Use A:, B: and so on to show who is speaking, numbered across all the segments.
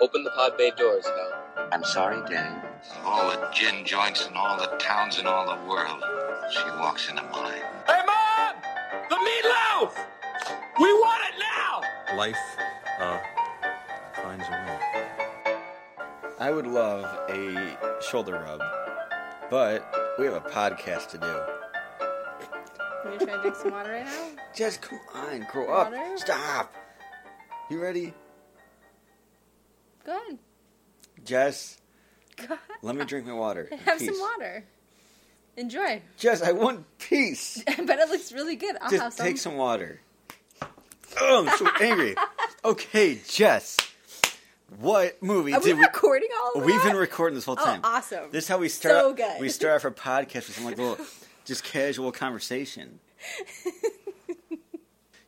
A: Open the pod bay doors, Val.
B: I'm sorry, Dad.
C: Of all the gin joints in all the towns in all the world, she walks into mine.
D: Hey, Mom! The meatloaf! We want it now!
E: Life uh, finds a way.
F: I would love a shoulder rub, but we have a podcast to do.
G: Can we try to drink some water right now?
F: Just come on, grow up.
G: Water?
F: Stop. You ready?
G: Go ahead.
F: Jess,
G: Go ahead.
F: let me drink my water. in
G: Have
F: peace.
G: some water. Enjoy.
F: Jess, I want peace.
G: but it looks really good. I'll have
F: Just
G: some.
F: take some water. Oh, I'm so angry. Okay, Jess. What movie
G: Are we
F: did
G: recording all of
F: We've
G: that?
F: been recording this whole
G: Oh,
F: time.
G: awesome.
F: This is how we start.
G: So good.
F: We start off our podcast with some like little, just casual conversation.
G: Do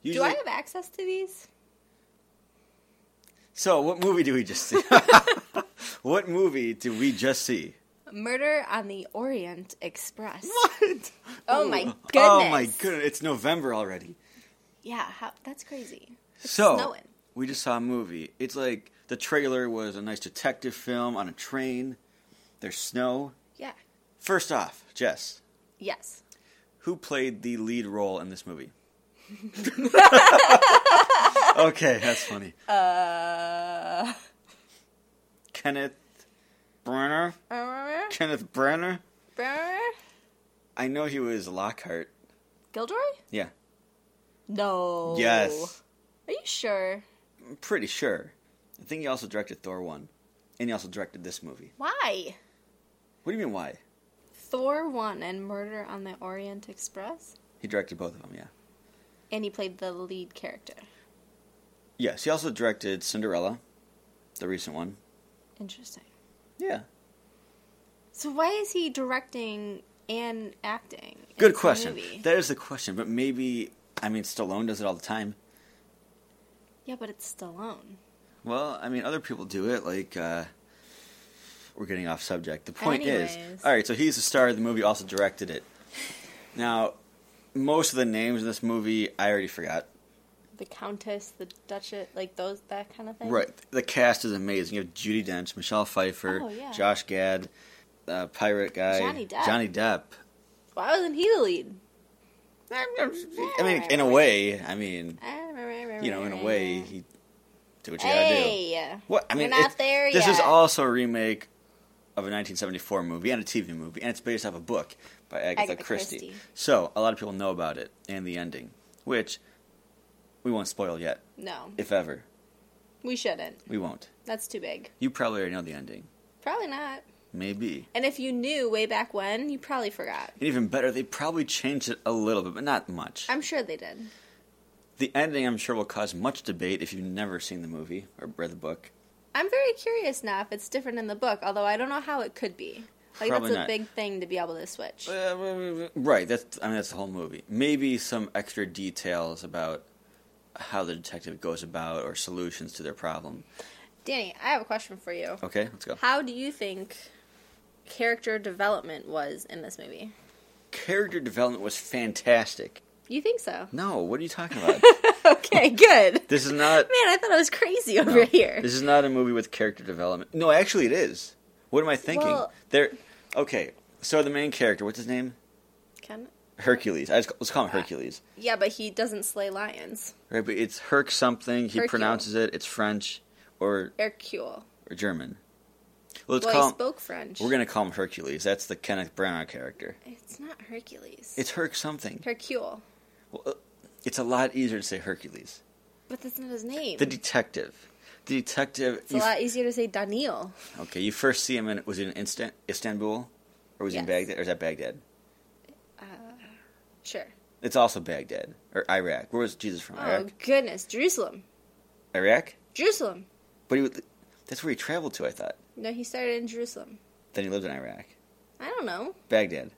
F: Usually,
G: I have access to these?
F: so what movie do we just see? what movie did we just see?
G: Murder on the Orient Express.
F: What?
G: Oh my goodness.
F: Oh my goodness! It's November already.
G: Yeah, how, that's crazy.
F: so
G: snowing.
F: we just saw a movie. It's like the trailer was a nice detective film on a train. There's snow.
G: Yeah.
F: First off, Jess,
G: Yes.
F: who played the lead role in this movie? okay, that's funny.
G: Uh.
F: Kenneth Brenner. Kenneth Brenner. I know he was Lockhart.
G: Gilroy?
F: Yeah.
G: No.
F: Yes.
G: Are you sure?
F: I'm pretty sure. I think he also directed Thor 1. And he also directed this movie.
G: Why?
F: What do you mean, why?
G: Thor 1 and Murder on the Orient Express?
F: He directed both of them, yeah.
G: And he played the lead character.
F: Yes, he also directed Cinderella, the recent one.
G: Interesting.
F: Yeah.
G: So why is he directing and acting? in
F: Good
G: this
F: question.
G: movie?
F: That is the question, but maybe, I mean, Stallone does it all the time.
G: yeah, but it's Stallone.
F: Well, I mean, other people do it. Like, uh, we're getting off subject. The point
G: Anyways.
F: is, all right. So he's the star of the movie. Also directed it. Now, most of the names in this movie I already forgot.
G: The Countess, the Duchess, like those, that kind of thing.
F: Right. The cast is amazing. You have Judy Dench, Michelle Pfeiffer,
G: Oh, yeah.
F: Josh Gad, uh, pirate guy,
G: Johnny Depp.
F: Johnny Depp.
G: Why wasn't he the lead?
F: I mean, in a way, I mean, you know, in a way, he do what you gotta do.
G: Hey.
F: What I
G: We're
F: mean,
G: not
F: it's-
G: there
F: This is
G: yet.
F: also a remake of a 1974 movie and a TV movie, and it's based off a book by Agatha,
G: Agatha
F: Christie.
G: Christie.
F: So a lot of people know about it and the ending, which we won't spoil yet,
G: No,
F: if ever.
G: we shouldn't.
F: We won't.
G: That's too big.
F: You probably already know the ending,
G: Probably not.
F: maybe.
G: And if you knew way back when, you probably forgot.
F: And even better, they probably changed it a little bit, but not much.
G: I'm sure they did.
F: the ending, I'm sure, will cause much debate if you've never seen the movie or read the book.
G: I'm very curious now if it's different in the book, although I don't know how it could be. Like
F: Probably
G: that's a
F: not.
G: big thing to be able to switch.
F: Right. That's I mean that's the whole movie. Maybe some extra details about how the detective goes about or solutions to their problem.
G: Danny, I have a question for you.
F: Okay, let's go.
G: How do you think character development was in this movie?
F: Character development was fantastic.
G: You think so?
F: No, what are you talking about?
G: Okay, good. Man,
F: this is not
G: I thought I was crazy over
F: no,
G: here.
F: This is not a movie with character development. No, actually it is. What am I thinking?
G: Well-
F: there Okay, so the main character, what's his name?
G: Can-
F: Hercules. I just, let's call him Hercules.
G: yeah, but he doesn't slay lions.
F: Right, but it's Herc something. He
G: Hercule.
F: pronounces it. It's French or,
G: Hercule.
F: or German. Well, let's
G: Well,
F: call
G: he
F: him-
G: spoke French.
F: We're gonna call him Hercules. That's the Kenneth Branagh character.
G: It's not Hercules.
F: It's Herc something.
G: Hercule.
F: Well, uh, It's a lot easier to say Hercules.
G: But that's not his name.
F: The detective. The detective.
G: it's a
F: you-
G: lot easier to say Daniel.
F: okay, you first see him in was he in Instan- Istanbul, or was he in
G: Yes.
F: Baghdad, or is that Baghdad?
G: Sure.
F: It's also Baghdad or Iraq. Where was Jesus from?
G: Oh,
F: Iraq.
G: goodness. Jerusalem. Oh.
F: Iraq.
G: Jerusalem.
F: But he, would- that's where he traveled to. I thought.
G: No, he started in Jerusalem.
F: Then he lived in Iraq.
G: I don't know.
F: Baghdad.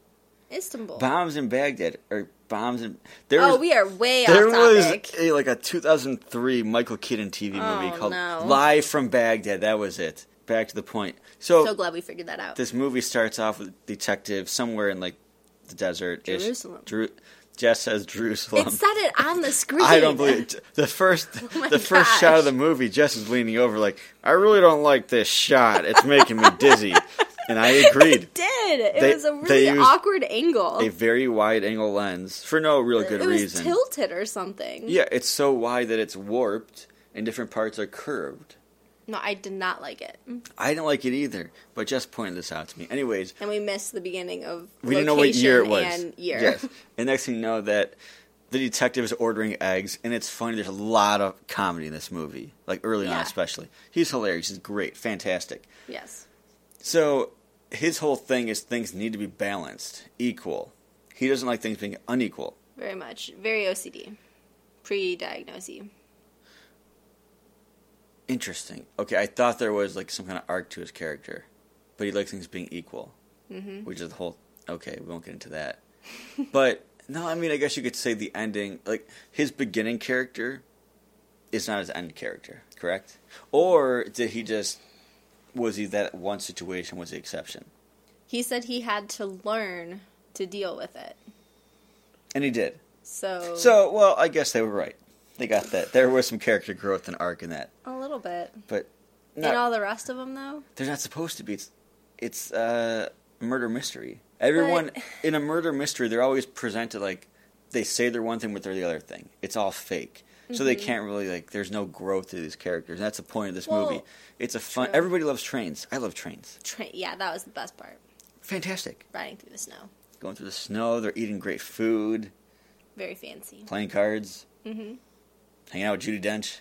G: Istanbul.
F: Bombs in Baghdad or bombs in. There
G: oh,
F: was,
G: we are way
F: There
G: off
F: was
G: topic.
F: a, like a 2003 Michael Keaton TV movie
G: Oh,
F: called
G: no.
F: Live from Baghdad. That was it. Back to the point. So,
G: so glad we figured that out.
F: this movie starts off with a detective somewhere in like the desert.
G: Jerusalem.
F: Jeru- Jess says Drew slump.
G: It said it on the screen.
F: I don't believe it. the first
G: Oh my
F: the first shot of
G: gosh.
F: the movie. Jess is leaning over like, I really don't like this shot. It's making me dizzy, and I agreed.
G: It did. It
F: They-
G: was a
F: they
G: really
F: used
G: awkward angle.
F: A very wide angle lens for no real good
G: it was
F: reason.
G: tilted or something.
F: Yeah, it's so wide that it's warped, and different parts are curved.
G: No, I did not like it.
F: I didn't like it either, but Jess pointed this out to me. Anyways,
G: And we missed the beginning of
F: we didn't know what year it was.
G: location And year.
F: Yes. And next thing you know that the detective is ordering eggs, and it's funny. There's a lot of comedy in this movie, like early on
G: Yeah.
F: especially. He's hilarious. He's great, fantastic.
G: Yes.
F: So his whole thing is things need to be balanced, equal. He doesn't like things being unequal.
G: Very much. Very OCD. Pre-diagnosy.
F: Interesting. Okay, I thought there was like some kind of arc to his character, but he likes things being equal, mm-hmm. which is the whole. Okay, we won't get into that. but no, I mean, I guess you could say the ending, like his beginning character, is not his end character, correct? Or did he just was he that one situation was the exception,
G: He said he had to learn to deal with it.
F: and he did.
G: So,
F: So, well, I guess they were right. They got that. There was some character growth and arc in that,
G: a little bit.
F: but
G: And
F: no,
G: all the rest of them though.
F: they're not supposed to be. It's it's uh, murder mystery. Everyone in a murder mystery, they're always presented like they say they're one thing, but they're the other thing. It's all fake, so they can't really like. There's no growth to these characters. That's the point of this
G: Mm-hmm. Well,
F: movie. It's a fun.
G: true.
F: Everybody loves trains. I love trains.
G: Tra- yeah, that was the best part.
F: Fantastic.
G: Riding through the snow.
F: Going through the snow. They're eating great food.
G: Very fancy.
F: Playing cards. Mm-hmm. Hanging out with Judy Dench.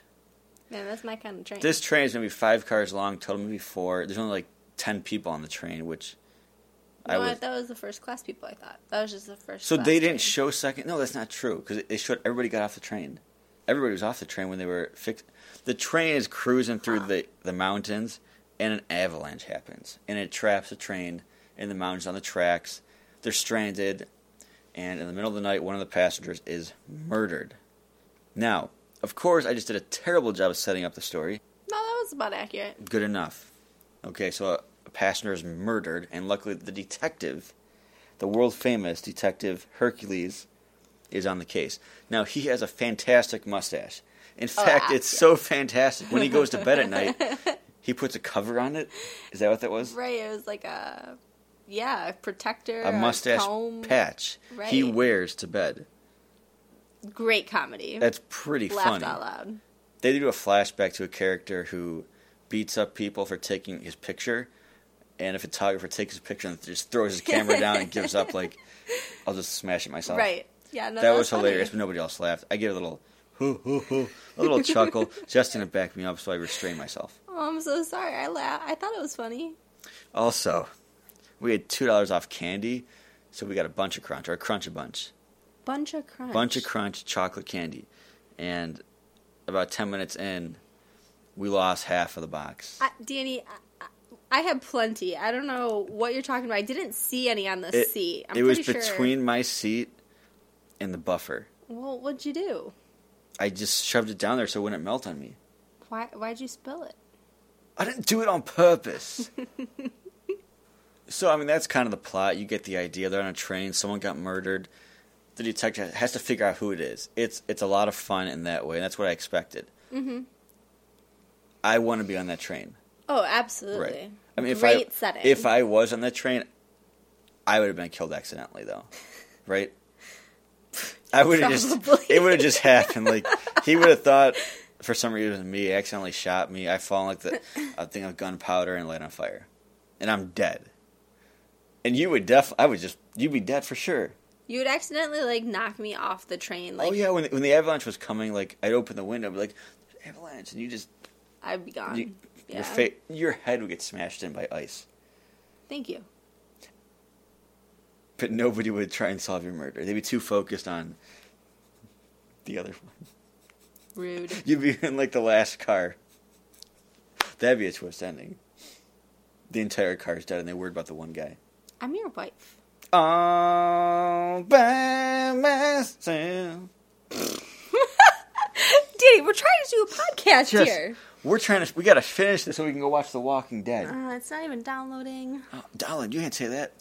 G: Man, that's my kind of train.
F: This train is maybe five cars long, total maybe four. There's only like ten people on the train, which
G: no, I
F: I was.
G: that was the first class people I thought. That was just the first
F: so
G: class
F: they didn't
G: train.
F: show second. No, that's not true because they showed everybody got off the train. Everybody was off the train when they were fixed. The train is cruising through the the mountains, and an avalanche happens, and it traps the train in the mountains on the tracks. They're stranded, and in the middle of the night, one of the passengers is murdered. Now, of course, I just did a terrible job of setting up the story
G: No, that was about accurate.
F: good enough. Okay, so a, a passenger is murdered, and luckily the detective, the world famous detective Hercules, is on the case. Now he has a fantastic mustache. In fact,
G: ah,
F: it's so fantastic when he goes to bed at night. He puts a cover on it. Is that what that was?
G: Right, it was like a yeah, a protector,
F: A mustache
G: comb.
F: patch he
G: Right.
F: wears to bed.
G: Great comedy.
F: That's pretty
G: Laughed
F: funny.
G: out loud.
F: they do a flashback to a character who beats up people for taking his picture, and a photographer takes his picture and just throws his camera down and gives up. Like, I'll just smash it myself.
G: Right. Yeah, no,
F: That,
G: that
F: was
G: funny.
F: hilarious, but nobody else laughed. I give a little, hoo, hoo, hoo, a little chuckle. Justin had backed me up, so I restrained myself.
G: Oh, I'm so sorry. I laugh. I thought it was funny.
F: Also, we had two dollars off candy, so we got a bunch of crunch or a crunch a bunch.
G: Bunch of crunch.
F: bunch of crunch chocolate candy, and about ten minutes in, we lost half of the box.
G: I, Danny, I, I had plenty. I don't know what you're talking about. I didn't see any on the
F: it,
G: seat. I'm
F: it was
G: pretty sure-
F: between my seat and the buffer.
G: Well, what'd you do?
F: I just shoved it down there so it wouldn't melt on me.
G: Why? Why'd you spill it?
F: I didn't do it on purpose. so I mean that's kind of the plot. You get the idea. They're on a train. Someone got murdered. The detective has to figure out who it is. It's it's a lot of fun in that way, and that's what I expected. Mm-hmm. I want to be on that train.
G: Oh, absolutely.
F: Right. I mean, if
G: Great
F: I
G: setting.
F: if I was on that train, I would have been killed accidentally, though, right? I would have just
G: Probably.
F: it would have just happened. Like he would have thought for some reason it was me He accidentally shot me. I fall in, like the a thing of gunpowder and light on fire, and I'm dead. And you would def I would just you'd be dead for sure.
G: you would accidentally like knock me off the train, like
F: oh yeah, when when the avalanche was coming, like I'd open the window, and be like avalanche, and you just
G: I'd be gone.
F: you,
G: Um, yeah.
F: your fa- your head would get smashed in by ice.
G: Thank you.
F: but nobody would try and solve your murder. They'd be too focused on the other one.
G: Rude.
F: You'd be in like the last car. That'd be a twist ending. The entire car's dead, and they worried about the one guy.
G: I'm your wife.
F: All by myself.
G: Danny, we're trying to do a podcast
F: Just-
G: here.
F: We're trying to. We gotta finish this so we can go watch The Walking Dead.
G: Uh, it's not even downloading.
F: Oh, Dolan, you can't say that.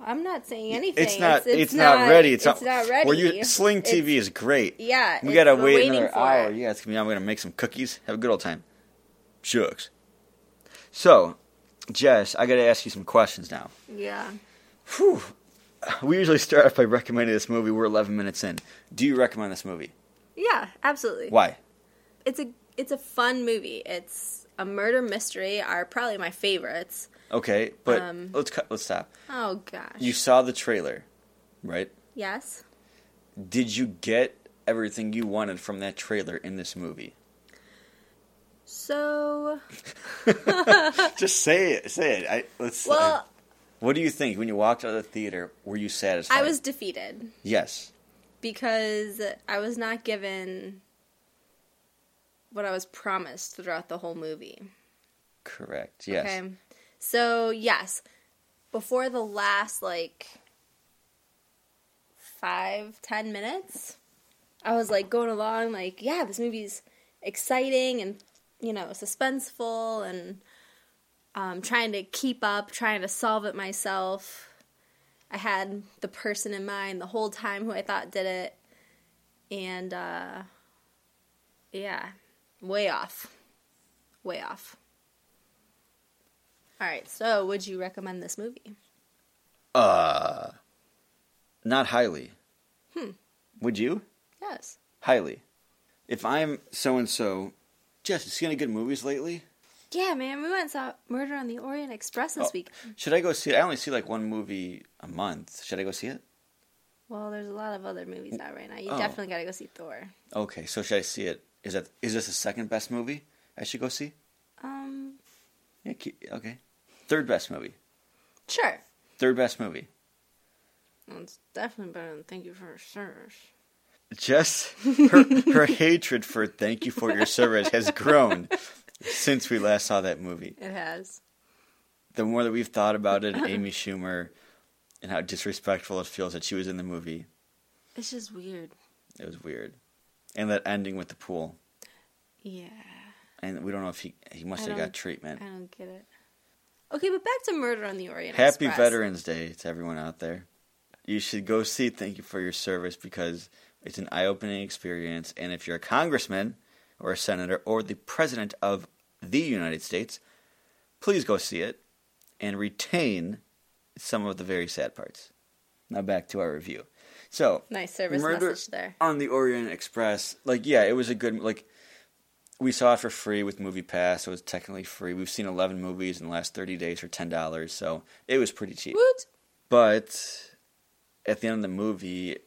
G: I'm not saying anything.
F: It's not. It's, not, ready. It's, not,
G: ready.
F: We're u- Sling TV is great.
G: yeah,
F: we
G: it's-
F: gotta
G: we're
F: wait
G: waiting
F: another
G: for
F: hour.
G: it.
F: Yeah, it's gonna be. I'm gonna make some cookies. Have a good old time. Shucks. So, Jess, I gotta ask you some questions now.
G: Yeah.
F: Whew. We usually start off by recommending this movie. We're 11 minutes in. Do you recommend this movie?
G: Yeah, absolutely.
F: Why?
G: It's a it's a fun movie. It's a murder mystery are probably my favorites.
F: Okay, but
G: Um,
F: let's cut. Let's stop.
G: Oh gosh.
F: You saw the trailer, right?
G: yes.
F: Did you get everything you wanted from that trailer in this movie?
G: So
F: Just say it. Say it. I, let's. uh,
G: well,
F: What do you think when you walked out of the theater? Were you satisfied?
G: I was defeated
F: Yes.
G: because I was not given what I was promised throughout the whole movie.
F: Correct. Yes.
G: Okay. So yes, before the last like five ten minutes, I was like going along like, yeah, this movie's exciting and you know suspenseful and um, trying to keep up, trying to solve it myself. I had the person in mind the whole time who I thought did it, and uh, yeah, way off, way off. All right, so would you recommend this movie?
F: Uh, not highly. Hmm. Would you?
G: Yes.
F: Highly. If I'm so and so, Jess, you see any good movies lately?
G: Yeah, man, we went and saw Murder on the Orient Express this
F: Oh.
G: week.
F: Should I go see it? I only see like one movie a month. Should I go see it?
G: Well, there's a lot of other movies out right now. You
F: Oh.
G: definitely got to go see Thor.
F: Okay, so should I see it? Is that is this the second best movie I should go see?
G: Um,
F: Yeah, keep, okay. Third best movie.
G: sure.
F: Third best movie.
G: Well, it's definitely better than Thank You for Your Service.
F: Jess, her, her hatred for "Thank You for Your Service" has grown since we last saw that movie.
G: It has.
F: the more that we've thought about it, Amy Schumer, and how disrespectful it feels that she was in the movie,
G: It's just weird.
F: it was weird. And that ending with the pool,
G: Yeah,
F: and we don't know if he he must
G: I
F: have
G: don't-
F: got treatment.
G: I don't get it. Okay, but back to Murder on the Orient
F: Happy
G: Express.
F: Veterans Day to everyone out there. You should go see Thank You for Your Service because it's an eye-opening experience, and if you're a congressman or a senator or the president of the United States, please go see it and retain some of the very sad parts. Now back to our review. So,
G: Nice service
F: Murder-
G: message there.
F: on the Orient Express, like yeah, it was a good like we saw it for free with Movie Pass. It was technically free. We've seen eleven movies in the last thirty days for ten dollars, so it was pretty cheap.
G: Woot!
F: But at the end of the movie,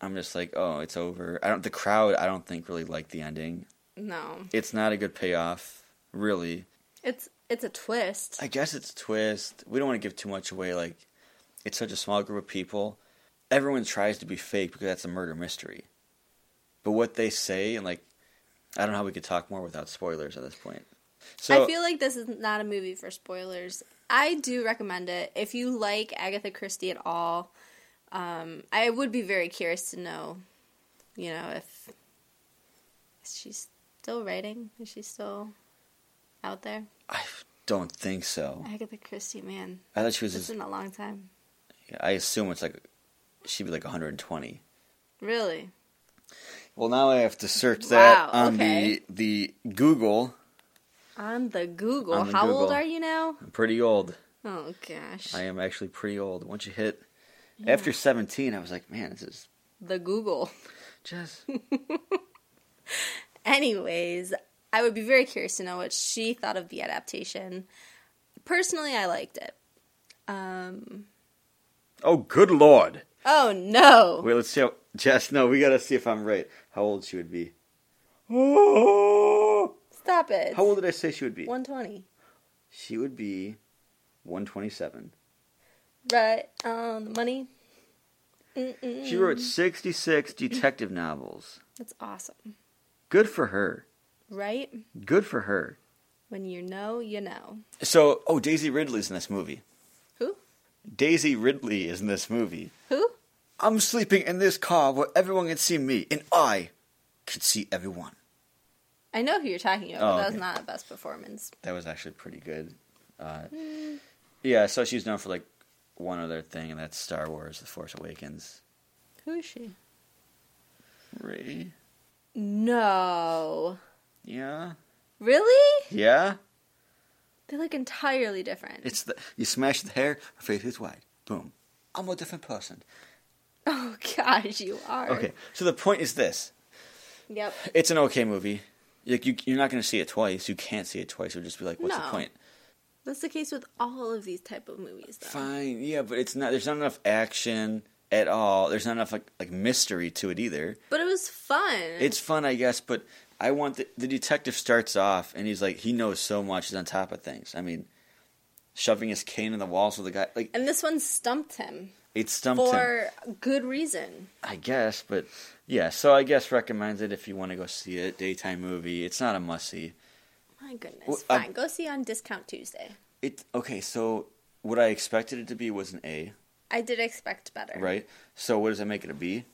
F: I'm just like, oh, it's over. I don't. The crowd, I don't think really liked the ending.
G: No,
F: It's not a good payoff, really.
G: it's it's a twist.
F: I guess it's a twist. We don't want to give too much away. Like, it's such a small group of people. Everyone tries to be fake because that's a murder mystery. But what they say and like, I don't know how we could talk more without spoilers at this point. So
G: I feel like this is not a movie for spoilers. I do recommend it if you like Agatha Christie at all. Um, I would be very curious to know, you know, if is she still writing. Is she still out there?
F: I don't think so.
G: Agatha Christie, man,
F: I thought she was.
G: it's
F: Just,
G: been a long time.
F: I assume it's like she'd be like 120.
G: Really?
F: Well, now I have to search that
G: Wow,
F: on
G: okay.
F: the the Google.
G: On the Google.
F: On the
G: How old
F: Google.
G: are you now?
F: I'm pretty old.
G: Oh gosh,
F: I am actually pretty old. Once you hit after 17, I was like, man, this is
G: the Google.
F: just
G: Anyways, I would be very curious to know what she thought of the adaptation. Personally, I liked it. Um,
F: oh, good lord.
G: oh no.
F: Wait, let's see. How, Jess, no, we gotta see if I'm right. How old she would be? Oh,
G: Stop it.
F: how old did I say she would be?
G: 120.
F: She would be 127.
G: Right on the money. Mm-mm.
F: She wrote 66 detective novels.
G: That's awesome.
F: Good for her.
G: Right?
F: Good for her.
G: When you know, you know.
F: So, oh, Daisy Ridley's in this movie.
G: Who?
F: Daisy Ridley is in this movie.
G: Who?
F: I'm sleeping in this car where everyone can see me, and I could see everyone.
G: I know who you're talking about,
F: Oh,
G: but that was
F: okay.
G: not a best performance.
F: That was actually pretty good. Uh, Yeah, so she's known for like one other thing, and that's Star Wars: The Force Awakens.
G: Who is she?
F: Ray.
G: No.
F: Yeah.
G: Really?
F: Yeah.
G: They look entirely different.
F: It's the you smash the hair, her face is wide. Boom. I'm a different person.
G: Oh gosh, you are.
F: Okay. So the point is this:
G: Yep.
F: it's an okay movie. Like you, you're not going to see it twice. You can't see it twice. You'll just be like, what's the
G: No.
F: point?
G: That's the case with all of these type of movies, though.
F: Fine, yeah, but it's not. There's not enough action at all. There's not enough like, like mystery to it either.
G: But it was fun.
F: It's fun, I guess, but I want the, the detective starts off and he's like he knows so much. He's on top of things. I mean, shoving his cane in the wall so the guy like
G: and this one stumped him
F: it stumped him.
G: for good reason.
F: I guess, but yeah. So I guess recommends it if you want to go see it. Daytime movie. It's not a must see.
G: My goodness.
F: Well, um, I-
G: Fine, go see on Discount Tuesday.
F: It okay. So what I expected it to be was an A,
G: I did expect better.
F: right? So what does that make it a B?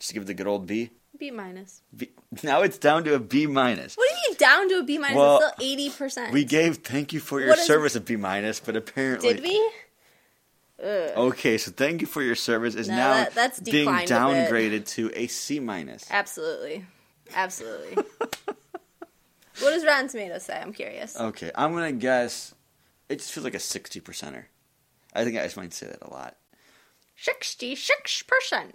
F: Just give it the good old B.
G: B minus.
F: B, now it's down to a B minus.
G: What do you mean down to a B minus?
F: Well,
G: it's still eighty percent.
F: We gave thank you for your
G: What is-
F: service a B minus, but apparently
G: did we?
F: okay. So thank you for your service is
G: No,
F: now
G: that- that's
F: being
G: declined a
F: downgraded to a C minus.
G: Absolutely, absolutely. what does Rotten Tomatoes say? I'm curious.
F: Okay, I'm gonna guess. It just feels like a sixty percenter. I think I just might say that a lot.
G: Sixty-six percent.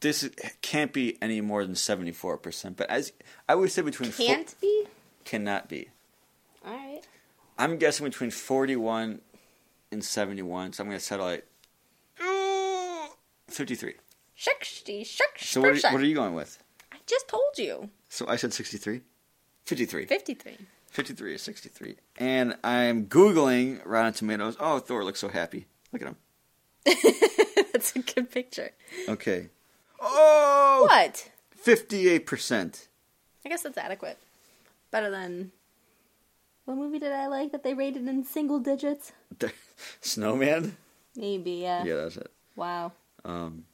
F: This is- can't be any more than seventy four percent, but as I would say between fo-
G: Can't be.
F: cannot be.
G: All right.
F: I'm guessing between 41 and 71, so I'm going to settle at ooh, 53.
G: Sixty-six
F: Uh, So what are,
G: percent.
F: what are you going with?
G: I just told you.
F: So I said 63? 53.
G: Fifty-three.
F: 53 is 63. And I'm Googling Rotten Tomatoes. Oh, Thor looks so happy. Look at him.
G: That's a good picture.
F: Okay. Oh!
G: What?
F: 58%.
G: I guess that's adequate. Better than. What movie did I like that they rated in single digits?
F: Snowman?
G: Maybe. Yeah.
F: Yeah, that's it.
G: Wow.
F: Um,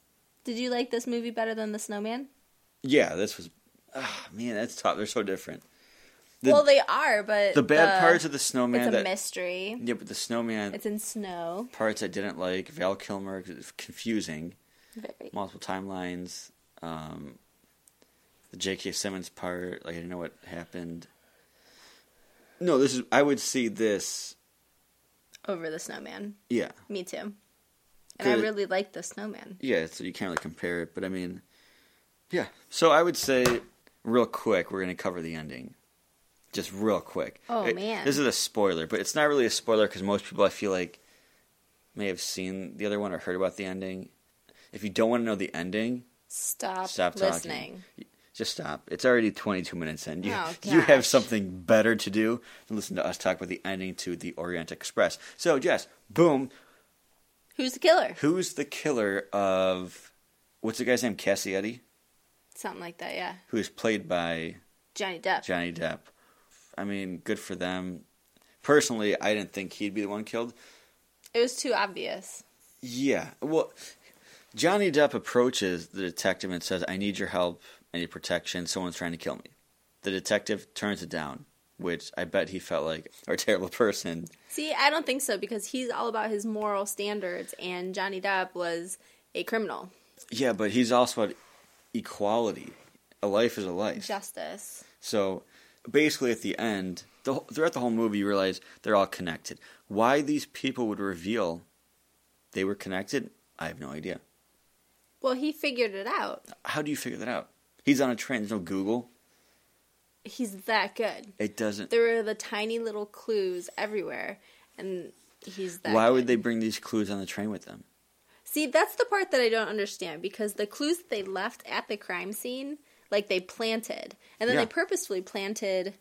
G: Did you like this movie better than The Snowman?
F: yeah, this was. ah man, that's tough. They're so different. The,
G: well, they are, but
F: the bad parts of the snowman.
G: it's a
F: that,
G: mystery.
F: Yeah, but the snowman.
G: It's in snow.
F: parts I didn't like. Val Kilmer, 'cause it's confusing.
G: Very.
F: Multiple timelines. Um, the J.K. Simmons part, like I didn't know what happened. No, this is. I would see this.
G: Over the snowman.
F: Yeah,
G: Me too. And I
F: Good.
G: really like the snowman.
F: yeah. So you can't really compare it, but I mean, yeah. So I would say, real quick, we're gonna cover the ending. Just real quick.
G: Oh,
F: It-
G: man.
F: this is a spoiler, but it's not really a spoiler because most people I feel like may have seen the other one or heard about the ending. If you don't want to know the ending,
G: Stop,
F: Stop talking.
G: listening.
F: Just stop. It's already 22 minutes in. You,
G: Oh,
F: you have
G: gosh.
F: something better to do than listen to us talk about the ending to The Orient Express. So, Jess, boom.
G: Who's the killer?
F: Who's the killer of. What's the guy's name? Cassietti?
G: Something like that, yeah.
F: Who is played by
G: Johnny Depp.
F: Johnny Depp. I mean, good for them. Personally, I didn't think he'd be the one killed.
G: it was too obvious.
F: Yeah. Well, Johnny Depp approaches the detective and says, I need your help. I need protection. Someone's trying to kill me. The detective turns it down, which I bet he felt like a terrible person.
G: See, I don't think so because he's all about his moral standards, and Johnny Depp was a criminal.
F: Yeah, but he's also about equality. A life is a life.
G: Justice.
F: So basically, at the end, the, wh- throughout the whole movie, you realize they're all connected. Why these people would reveal they were connected, I have no idea.
G: Well, he figured it out.
F: How do you figure that out? He's on a train. There's no Google.
G: He's that good.
F: It doesn't.
G: There were the tiny little clues everywhere, and he's that.
F: Why would
G: good.
F: they bring these clues on the train with them?
G: See, that's the part that I don't understand because the clues that they left at the crime scene, like they planted, and then
F: Yeah.
G: they purposefully planted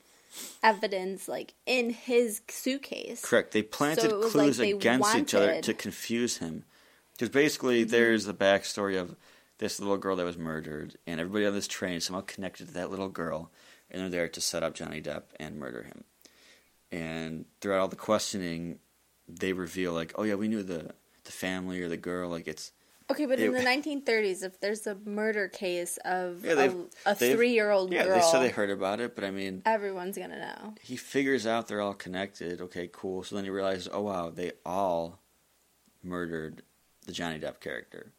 G: evidence like in his suitcase.
F: Correct. They planted
G: it was like
F: clues
G: they
F: against each other
G: wanted- Mm-hmm.
F: to confuse him. Because basically, there's the backstory of this little girl that was murdered, and everybody on this train is somehow connected to that little girl, and they're there to set up Johnny Depp and murder him. And throughout all the questioning, they reveal like, oh yeah, we knew the the family or the girl. Like it's
G: Okay, but in
F: It-
G: the 1930s, if there's a murder case of
F: yeah, they've-
G: a, a
F: they've-
G: three-year-old
F: Yeah,
G: girl,
F: they said they heard about it, but I mean,
G: everyone's gonna know.
F: he figures out they're all connected. Okay, cool. So then he realizes, oh wow, they all murdered the Johnny Depp character.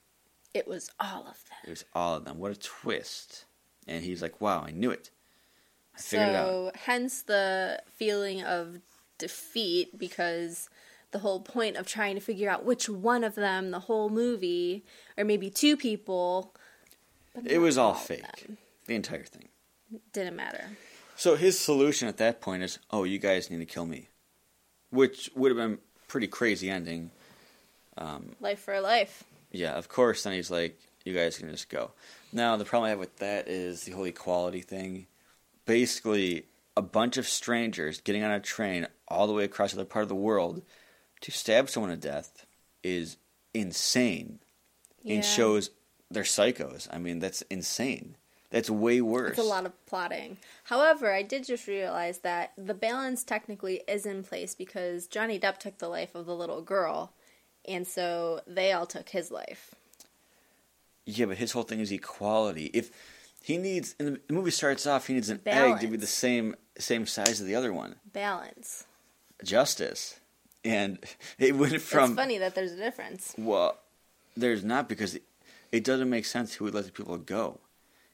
G: It was all of
F: It
G: them.
F: was all of them. What a twist. And he's like, wow, I knew it. I figured it out.
G: So, hence the feeling of defeat because the whole point of trying to figure out which one of them, the whole movie, or maybe two people, but
F: It
G: not
F: was all
G: of
F: fake.
G: them.
F: The entire thing.
G: Didn't matter.
F: So his solution at that point is, oh, you guys need to kill me. Which would have been pretty crazy ending.
G: Life for life.
F: Yeah, of course. Then he's like, you guys can just go. Now, the problem I have with that is the whole equality thing. Basically, a bunch of strangers getting on a train all the way across the other part of the world to stab someone to death is insane
G: Yeah.
F: and shows they're psychos. I mean, that's insane. That's way worse.
G: It's a lot of plotting. However, I did just realize that the balance technically is in place because Johnny Depp took the life of the little girl, and so they all took his life.
F: Yeah, but his whole thing is equality. If he needs, and the movie starts off, he needs an egg to be the
G: Balance.
F: same same size as the other one.
G: Balance.
F: Justice, and it went from
G: it's funny that there's a difference.
F: well, there's not because it, it doesn't make sense who would let the people go.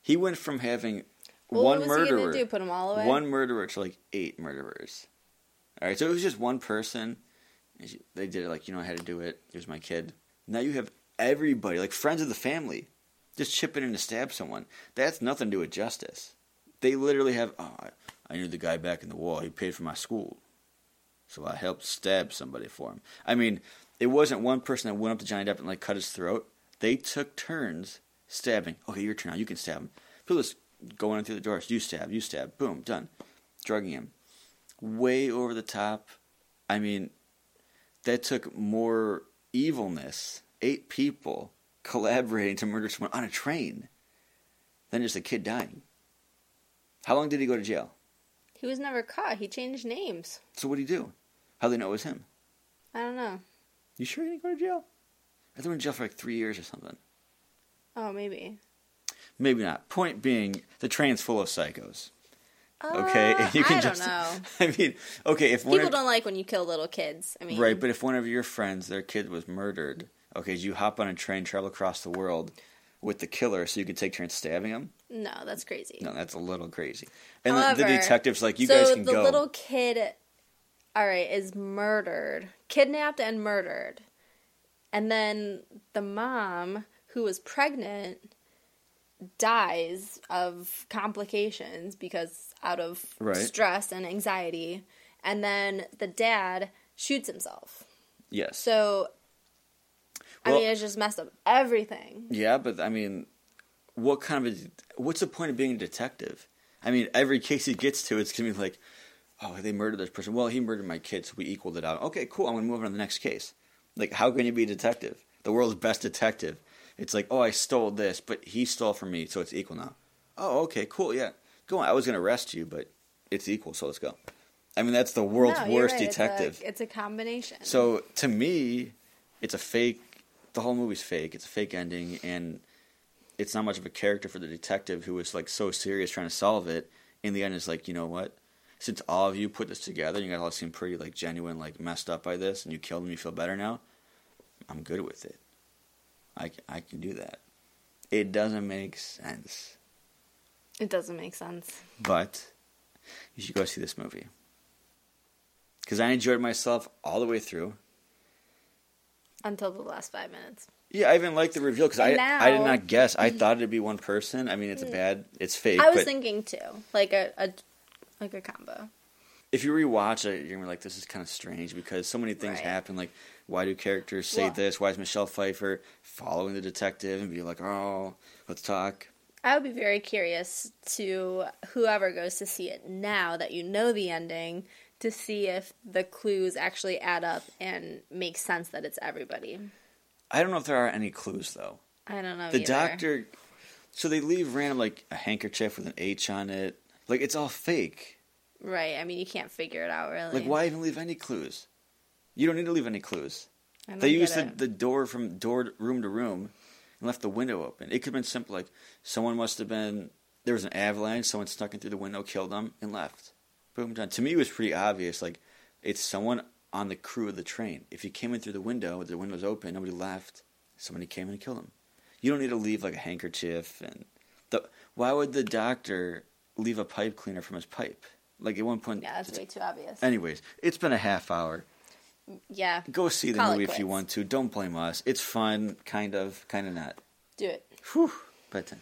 F: He went from having
G: Well,
F: one
G: what was he
F: murderer,
G: gonna do? Put them all away?
F: one murderer to like eight murderers. All right, so it was just one person. And she- They did it like you know I had to do it. It was my kid. Now you have everybody like friends of the family just chipping in to stab someone. That's nothing to do with justice. They literally have. Oh, I, I knew the guy back in the wall. He paid for my school, so I helped stab somebody for him. I mean, it wasn't one person that went up to Johnny Depp and like cut his throat. They took turns stabbing. Okay, your turn now. You can stab him. People just going in through the doors. You stab. You stab. Boom. Done. Drugging him. Way over the top. I mean, that took more evilness. Eight people collaborating to murder someone on a train than just a kid dying. How long did he go to jail?
G: He was never caught. He changed names.
F: So what did he do? How do they know it was him?
G: I don't know.
F: You sure he didn't go to jail? I think he went to jail for like three years or something.
G: Oh, maybe.
F: Maybe not. Point being, the train's full of psychos.
G: Uh,
F: Okay,
G: I don't know.
F: I mean, okay, if one
G: People
F: of,
G: don't like when you kill little kids. I mean,
F: right, but if one of your friends, their kid was murdered, okay, you hop on a train, travel across the world with the killer, so you can take turns stabbing him.
G: no, that's crazy.
F: No, that's a little crazy. And the- the,
G: However,
F: detective's like, "You
G: so
F: guys can
G: the
F: go."
G: little kid, all right, is murdered, kidnapped, and murdered, and then the mom who was pregnant dies of complications because out of
F: Right.
G: stress and anxiety, and then the dad shoots himself.
F: yes.
G: So, I
F: Well-
G: mean, it's just messed up everything.
F: yeah, but I mean, what kind of a, what's the point of being a detective? I mean, every case he gets to, it's gonna be like, "Oh, they murdered this person." Well, he murdered my kid, so we equaled it out. Okay, cool. I'm gonna move on to the next case. Like, how can you be a detective? The world's best detective. It's like, oh, I stole this, but he stole from me, so it's equal now. Oh, okay, cool. Yeah, go on. I was gonna arrest you, but it's equal, so let's go. I mean, that's the world's
G: No, you're
F: worst
G: right, it's a-
F: detective.
G: It's a, combination.
F: So to me, it's a fake. The whole movie's fake. It's a fake ending, and it's not much of a character for the detective who was like so serious trying to solve it. In the end, is like, you know what? Since all of you put this together, you guys all seem pretty like genuine, like messed up by this, and you killed him. You feel better now. I'm good with it. I c- I can do that. It doesn't make sense,
G: it doesn't make sense.
F: but you should go see this movie because I enjoyed myself all the way through.
G: until the last five minutes.
F: Yeah, I even like the reveal because I
G: And now-
F: I did not guess. I thought it'd be one person. I mean, it's a bad, it's fake.
G: I was
F: but
G: thinking too, like a, a like a combo.
F: if you rewatch it, you're gonna be like, this is kind of strange because so many things
G: Right.
F: happen. Like, why do characters say
G: Well-
F: this? Why is Michelle Pfeiffer following the detective and be like, oh, let's talk?
G: I would be very curious to whoever goes to see it now that you know the ending to see if the clues actually add up and make sense that it's everybody.
F: I don't know if there are any clues though.
G: I don't know.
F: The
G: either.
F: doctor, so they leave random like a handkerchief with an H on it. Like it's all fake.
G: right? I mean, you can't figure it out really.
F: Like why even leave any clues? You don't need to leave any clues.
G: I don't
F: They
G: get
F: used the,
G: it.
F: the door from door to- room to room and left the window open. It could have been simple like someone must have been there was an avalanche, someone snuck in through the window, killed them, and left. Boom done. To me it was pretty obvious, like it's someone on the crew of the train. If you came in through the window, the window's open, nobody left, somebody came in and killed him. You don't need to leave like a handkerchief and the why would the doctor leave a pipe cleaner from his pipe? Like at one point
G: Yeah, that's
F: it's-
G: way too obvious.
F: anyways, it's been a half hour.
G: yeah,
F: Go see the
G: Call it
F: movie if you
G: quits.
F: want to. Don't blame us. It's fun, kind of, kinda not.
G: do it.
F: Whew. Bedtime.